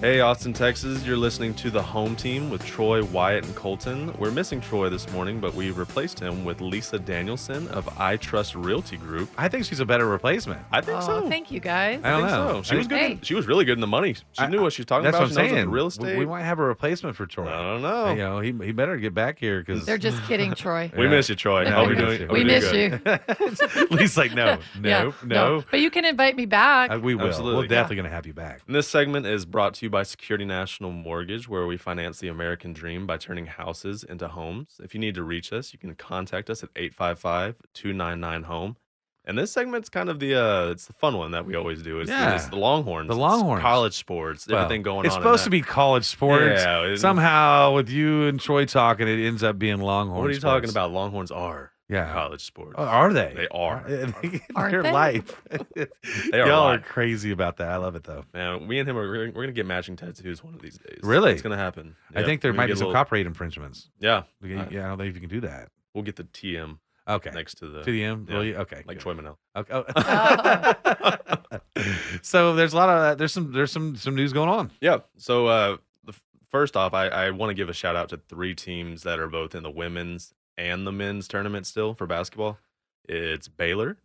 Hey, Austin, Texas. You're listening to The Home Team with Troy, Wyatt, and Colton. We're missing Troy this morning, but we replaced him with Lisa Danielson of I Trust Realty Group. I think she's a better replacement. I think oh, so. thank you guys. I don't know. So. She was good. Hey. She was really good in the money. She knew what she was talking That's about. what she I'm knows saying. the real We- estate. We, might have a replacement for Troy. I don't know. You know, he, he better get back here because They're just kidding, Troy. We miss you, Troy. Yeah, Hope we you're miss doing- you. hope We you're doing good. Lee's like, no, no, Yeah, no. But you can invite me back. Uh, we will. Absolutely. We're definitely going to have you back. And this segment is brought to you by Security National Mortgage, where we finance the American dream by turning houses into homes. If you need to reach us, you can contact us at 855-299-HOME. And this segment's kind of the uh it's the fun one that we always do. It's, Yeah. the, it's the Longhorns. The it's Longhorns. college sports, everything Well, going it's on. in supposed to that. be college sports. Yeah, it- Somehow, with you and Troy talking, it ends up being Longhorn. What are you sports. talking about? Longhorns are Yeah. college sports. Oh, are they? They are. Aren't Their they? life. They are Y'all live. are crazy about that. I love it though. Man, me and him are we're, we're gonna get matching tattoos one of these days. Really? it's gonna happen. I Yeah, think there we're might gonna be get a some little- copyright infringements. Yeah, Okay, Uh, yeah, I don't think you can do that. We'll get the TM. Okay. next to the To the M, yeah, really? Okay, like Troy Manel. Okay. oh so there's a lot of uh, there's some there's some some news going on. Yeah. So uh, the, f- first off, I, I want to give a shout out to three teams that are both in the women's and the men's tournament still for basketball. It's Baylor,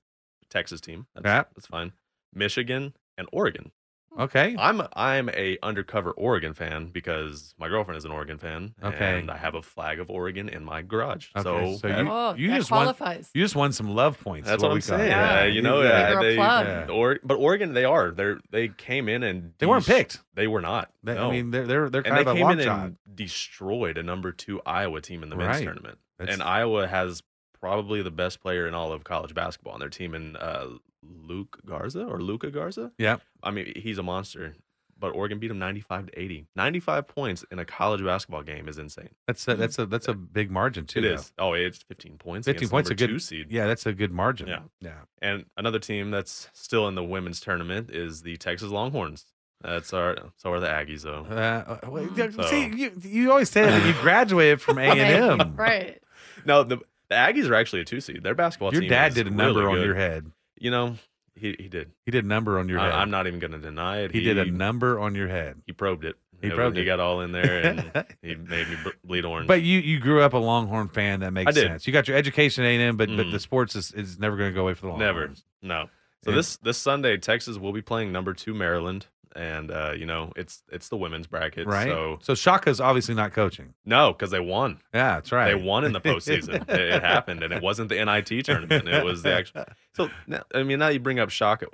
Texas team. That's, Yeah. that's fine. Michigan and Oregon. Okay. I'm I'm a undercover Oregon fan because my girlfriend is an Oregon fan. Okay. And I have a flag of Oregon in my garage. Okay, So, so you, Oh, you that just won qualifies. you just won some love points. That's what, we I'm call it. saying. Uh, you know, yeah. uh, You're a they, plug. Yeah. or, but Oregon, they are. They are they came in and They weren't des- picked. They were not. They- I no. mean, they're- they're- they're and kind they of a came in lockjaw. and destroyed a number two Iowa team in the men's Right. tournament. That's- And Iowa has probably the best player in all of college basketball on their team, in uh, Luke Garza or Luca Garza. Yeah. I mean, he's a monster. But Oregon beat him 95 to 80. 95 points in a college basketball game is insane. That's Mm-hmm. a, that's a that's a big margin too. It though. is. Oh, it's 15 points. Fifteen against points a number good two seed. Yeah, that's a good margin. Yeah. Yeah. And another team that's still in the women's tournament is the Texas Longhorns. That's our so are the Aggies though. Uh, uh, well, Hmm. So- See, you you always say that you graduated from A and M. Right. No, the, the Aggies are actually a two seed. Their basketball Your team. dad is did a number really on good. your head. You know, he he did. He did a number on your I, head. I'm not even going to deny it. he, did a number on your head. He probed it. He He Yeah, broke when He it. got all in there and he made me b- bleed orange. But you you grew up a Longhorn fan. That makes I did. sense. You got your education at A&M, but, but Mhm. the sports is, is never going to go away for the Longhorns. Never. No. So Yeah. this this Sunday, Texas will be playing number two Maryland, and uh, you know it's it's the women's bracket, right? So Shaka's obviously not coaching. no, because they won. Yeah, that's right. They won in the postseason. it, it happened, and it wasn't the NIT tournament. It was the actual. So now, I mean, now you bring up Shaka.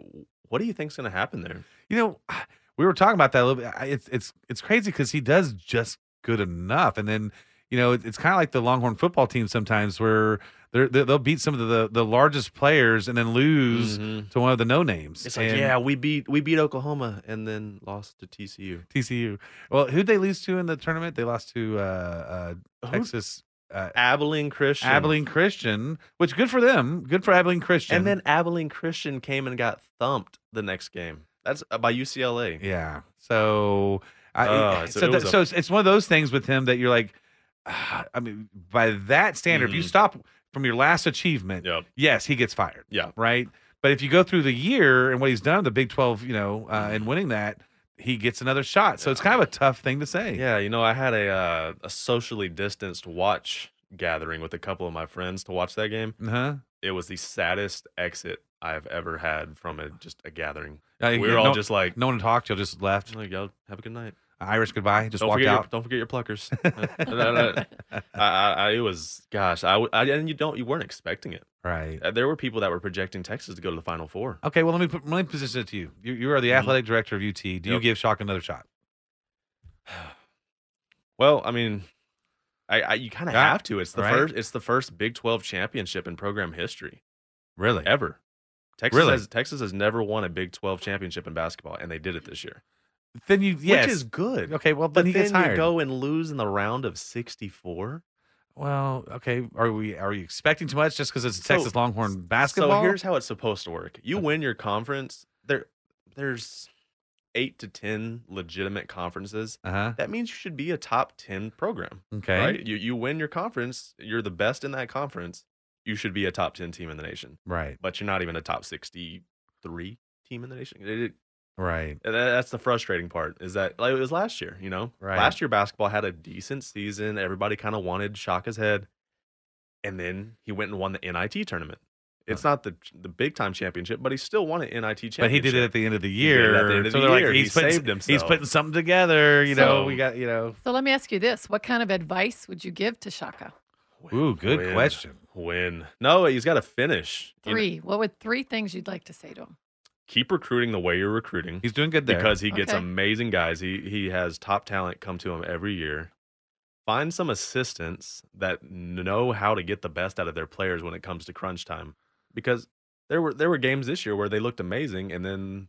What do you think's going to happen there? You know, we were talking about that a little bit. I- It's it's it's crazy because he does just good enough, and then you know it- it's kind of like the Longhorn football team sometimes where they're, they they'll beat some of the the largest players and then lose to one of the no names. Mm-hmm. It's like, yeah, we beat we beat Oklahoma and then lost to TCU. TCU. Well, who'd they lose to in the tournament? They lost to uh, uh, Texas. Uh, Abilene Christian. Abilene Christian, which good for them. Good for Abilene Christian. And then Abilene Christian came and got thumped the next game. That's uh, by UCLA. Yeah. So I Oh, so so, it that- was a- so it's, it's one of those things with him that you're like, "Ah," I mean, by that standard, if you Mhm. stop from your last achievement, Yep. yes, he gets fired. Yeah. Right. But if you go through the year and what he's done, the Big Twelve, you know, uh, Mm-hmm. and winning that, he gets another shot. So it's kind of a tough thing to say. Yeah, you know, I had a uh, a socially distanced watch gathering with a couple of my friends to watch that game. Uh-huh. It was the saddest exit I've ever had from a just a gathering. Uh, we were yeah, all no- just like, no one talked. You just left. "Oh, y'all have a good night. Irish goodbye. Just don't walked forget out. Your, don't forget your pluckers. I, I, I, it was gosh, I, w- I- and you don't you weren't expecting it. Right. Uh, There were people that were projecting Texas to go to the Final Four. Okay, well let me put, let me position it to you. You, you are the Mhm. athletic director of UT. Do you Yep. give Shock another shot? Well, I mean, I, I you kind of Yeah, have to. It's the right. first. It's the first Big Twelve championship in program history Really? ever. Texas Really? has Texas has never won a Big Twelve championship in basketball, and they did it this year, Then you yes. which is good. Okay, well But then he gets then hired. you go and lose in the round of sixty-four. Well, okay. Are we are you expecting too much just because it's So- Texas Longhorn So basketball? here's how it's supposed to work. You win your conference. There, there's eight to ten legitimate conferences. Uh-huh. That means you should be a top ten program. Okay. Right. You you win your conference. You're the best in that conference. You should be a top ten team in the nation. Right. But you're not even a top sixty three team in the nation. It- it- Right. and that- that's the frustrating part is that like, it was last year. You know, Right. last year basketball had a decent season. Everybody kind of wanted Shaka's head, and then he went and won the NIT tournament. It's not the the big time championship, but he still won an NIT championship. But he did it at the end of the He did it year. at the end of so the they're year. like He he's putting, saved He's himself. putting something together. You know, So- we got you know. So let me ask you this: What kind of advice would you give to Shaka? Ooh, good Win. question. Win. No, he's got to finish. You know, Three. What would three things you'd like to say to him? keep recruiting the way you're recruiting. He's doing good there. because he gets Okay. amazing guys. He he has top talent come to him every year. Find some assistants that know how to get the best out of their players when it comes to crunch time. Because there were there were games this year where they looked amazing, and then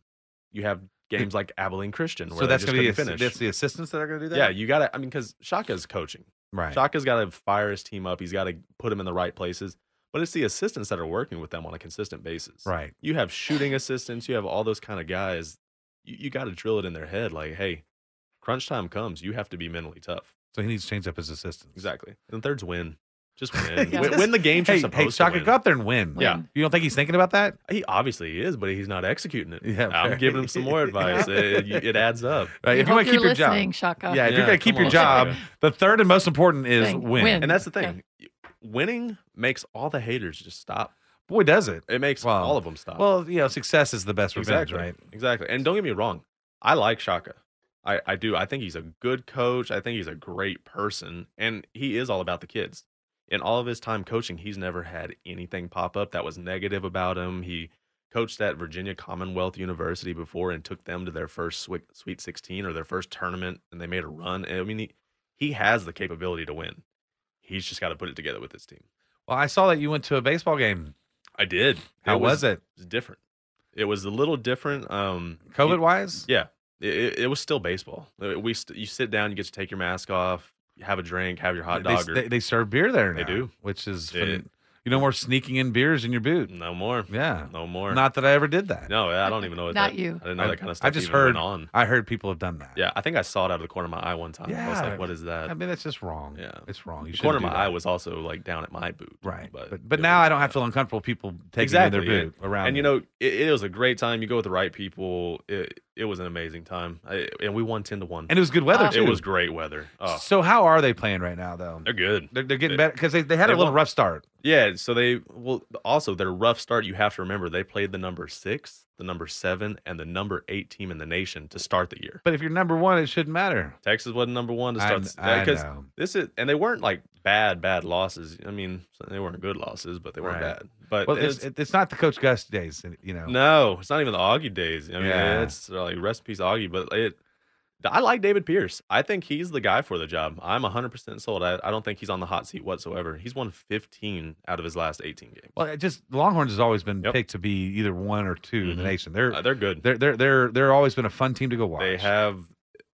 you have games like Abilene Christian where so that's going gonna to be be ass- finished. that's the assistants that are gonna do that. Yeah, you got to. I mean, because Shaka's coaching. right. Shaka's got to fire his team up. He's got to put him in the right places. But it's the assistants that are working with them on a consistent basis Right. you have shooting assistants, you have all those kind of guys. You, you got to drill it in their head, like, hey, crunch time comes, you have to be mentally tough. So he needs to change up his assistants. Exactly. And third's win, just win, Yeah. win, win the games Hey, you're hey, supposed Shaka, to win. go up there and win. Yeah. You don't think he's thinking about that? He obviously is, but he's not executing it. Yeah, fair. I'm giving him some more advice. it, you- it adds up. Right. We if you want hope to keep you're your job, listening, Shaka. yeah. If Yeah, you're gonna keep come your on, job, Shaka. the third and most important is Thing. win. Win. And that's the Yeah. thing. Winning makes all the haters just stop. Boy, does it. It makes Wow. all of them stop. Well, you know, success is the best revenge, exactly. right? Exactly. And don't get me wrong, I like Shaka. I, I do. I think he's a good coach. I think he's a great person. And he is all about the kids. In all of his time coaching, he's never had anything pop up that was negative about him. He coached at Virginia Commonwealth University before and took them to their first Swi- Sweet 16 or their first tournament, and they made a run. I mean, he, he has the capability to win. He's just got to put it together with his team. Well, I saw that you went to a baseball game. I did. How was, it? It was different. It was a little different. Um, COVID wise? Yeah, it, it, it was still baseball. Uh, We st- you sit down, you get to take your mask off, you have a drink, have your hot They, dog. or- they, they serve beer there now. They do. Which is, They- phen- you know, more sneaking in beers in your boot. no more. Yeah. no more. Not that I ever did that. No, I don't even know. What Not that, you. I didn't know I- that kind of stuff. I just even heard went on. I heard people have done that. Yeah, I think I saw it out of the corner of my eye one time. I was Yeah. like, "What is that?" I mean, that's just wrong. Yeah. It's wrong. You the should corner of my eye was also like down at my boot. Right. But, but, it now was- I don't have to feel uncomfortable people taking it in their Exactly, boot around. and you me. know it, it was a great time you go with the right people it, it was an amazing time, I, and we won ten to one. And it was good weather, too. It was great weather. Oh, So how are they playing right now, though? they're good. They're, they're getting better because they, they had They a little won. rough start. Yeah, so they well also their rough start. You have to remember they played the number six, the number seven, and the number eight team in the nation to start the year. But if you're number one, it shouldn't matter. Texas wasn't number one to I start kn- I because know. this is and they weren't like bad bad losses. I mean they weren't good losses, but they weren't Right. bad. But well, it's, it's, it's not the Coach Gus days, you know. no, it's not even the Augie days. I mean Yeah. it's like recipes Augie, but it. I like David Pierce. I think he's the guy for the job. I'm 100% sold. I, I don't think he's on the hot seat whatsoever. He's won 15 out of his last 18 games. Well, it just Longhorns has always been picked to be either one or 2 in the Mhm. nation. They're Uh, they're good. they're they're they're they're always been a fun team to go watch. They have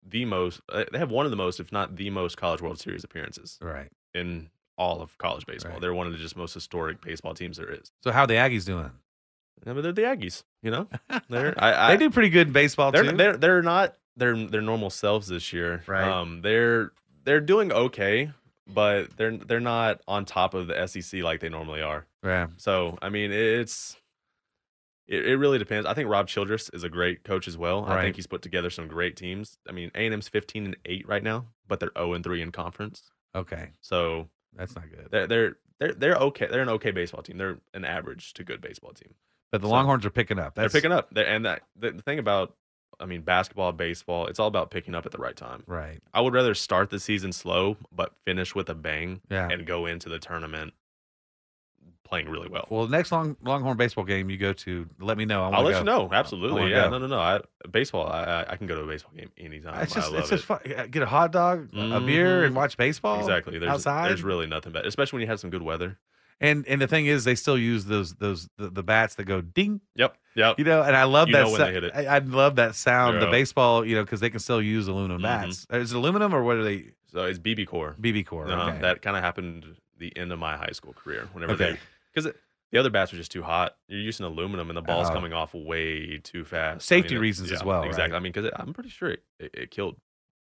the most. uh, They have one of the most, if not the most, college World Series appearances right. in all of college baseball. They're one of the just most historic baseball teams there is. So how the Aggies doing? Yeah, but they're the Aggies. You know, they're I, I, they do pretty good in baseball They're too. they're they're not their their normal selves this year. Right. Um. They're they're doing okay, but they're they're not on top of the SEC like they normally are. yeah. So I mean, it's it, it really depends. I think Rob Childress is a great coach as well. I Right. think he's put together some great teams. I mean, A and M's fifteen and eight right now, but they're zero and three in conference. Okay. So That's not good. they're they're they're they're okay. They're an okay baseball team. They're an average to good baseball team. But the So- Longhorns are picking up. That's they're picking up. They're, and that the, the thing about I mean, basketball, baseball, it's all about picking up at the right time. Right. I would rather start the season slow, but finish with a bang Yeah. and go into the tournament playing really well. Well, the next long Longhorn baseball game you go to, let me Oh. know. I I'll wanna let go. you know. I- I Absolutely. wanna yeah. go. No, no, no. I, baseball. I, I- I can go to a baseball game anytime. It's just I love it's just it. fun. Get a hot dog, a beer, Mhm. and watch baseball. Exactly. There's, outside. There's really nothing better, especially when you have some good weather. and and the thing is, they still use those those the, the bats that go ding. Yep. Yep. You know, and I love You that. know when sou- they hit it. I, I love that sound. The Yeah. baseball, you know, because they can still use aluminum Mhm. bats. Is it aluminum or what are they? So it's BB core. BB core. Uh-huh. okay. That kind of happened the end of my high school career. Whenever Okay. they, because the other bats are just too hot. You're using aluminum, and the ball's Oh. coming off way too fast. I Safety mean, it- reasons as yeah, well, Exactly. right? I mean, because I'm pretty sure it, it, it killed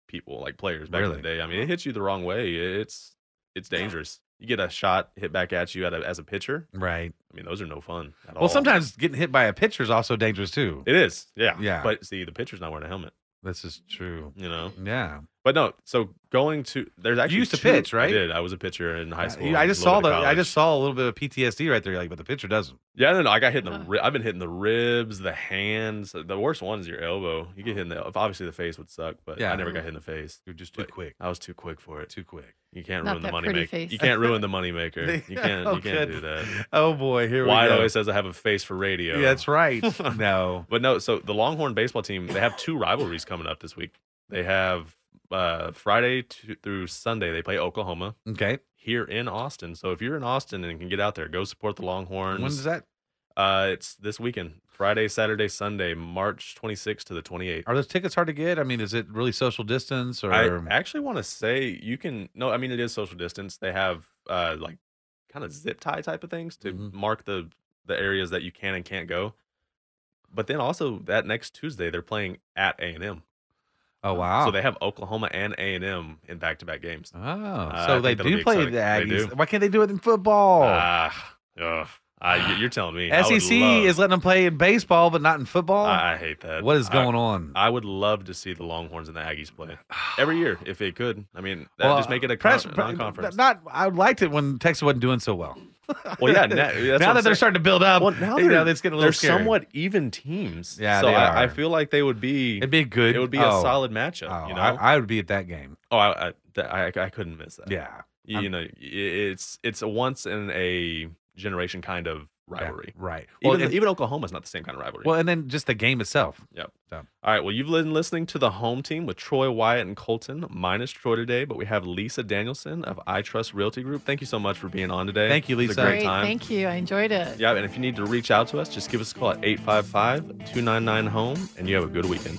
people, like players back in Really? the day. I mean, it hits you the wrong way. It's it's dangerous. You get a shot hit back at you at a, as a pitcher. Right. I mean, those are no fun. At Well, all. sometimes getting hit by a pitcher is also dangerous too. it is. Yeah. Yeah. But see, the pitcher's not wearing a helmet. This is true. You know. Yeah. But no. So going to there's actually used to two- pitch, right? I did. I was a pitcher in high I- school. I and just a saw little the bit of I college. just saw a little bit of PTSD right there, like, but the pitcher doesn't. Yeah, no, no. I got hit in the. Ri- I've been hitting the ribs, the hands. The worst one is your elbow. You get hit in the. Obviously, the face would suck, but Yeah. I never got hit in the face. You're just too But quick. I was too quick for it. Too quick. You can't Not ruin the that money pretty maker. face. You can't ruin the money maker. You can't. Oh, you can't do goodness. that. Oh boy, here Wyatt we go. always says I have a face for radio. Yeah, that's right. no. But no, so the Longhorn baseball team, they have two rivalries coming up this week. They have uh, Friday to, through Sunday, they play Oklahoma Okay. here in Austin. So if you're in Austin and can get out there, go support the Longhorns. When is that? Uh, it's this weekend, Friday, Saturday, Sunday, March 26th to the 28th. Are those tickets hard to get? I mean, is it really social distance or I actually want to say you can. No, I mean it is social distance. They have uh like kind of zip tie type of things to mark the the areas that you can and can't go. But then also that next Tuesday they're playing at A and M. Oh wow. Uh, So they have Oklahoma and A and M in back to back games. Oh, Uh, so I they think that'll do be play exciting. the They Aggies. do. Why can't they do it in football? Ah, ugh. I- Ah. y- you're telling me. I would SEC love- E is letting them play in baseball, but not in football. I, I hate that. What is I- going on? I would love to see the Longhorns and the Aggies play every year if they could. I mean, that Well, just make it a press- con- pre- non-conference. Not. I liked it when Texas wasn't doing so well. Well, yeah. Now, now that's that what I'm they're saying. starting to build up, Well, now you know, they're- it's getting a little they're scary. somewhat even teams. Yeah, so they I, I are. feel like they would be. It'd be a good. It would be oh, a solid matchup. oh, you know. I, I would be at that game. oh, I, I, that- I I couldn't miss that. Yeah. You know, i- it's it's a once in a generation kind of rivalry. Right. Well, Even and- even Oklahoma's not the same kind of rivalry. well, and then just the game itself. Yep. So. All right. Well, you've been listening to the home team with Troy Wyatt and Colton minus Troy today, but we have Lisa Danielson of I Trust Realty Group. Thank you so much for being on today. Thank you, It was a Lisa. great time. Thank you. I enjoyed it. Yeah, and if you need to reach out to us, just give us a call at 855 299 home, E, and you have a good weekend.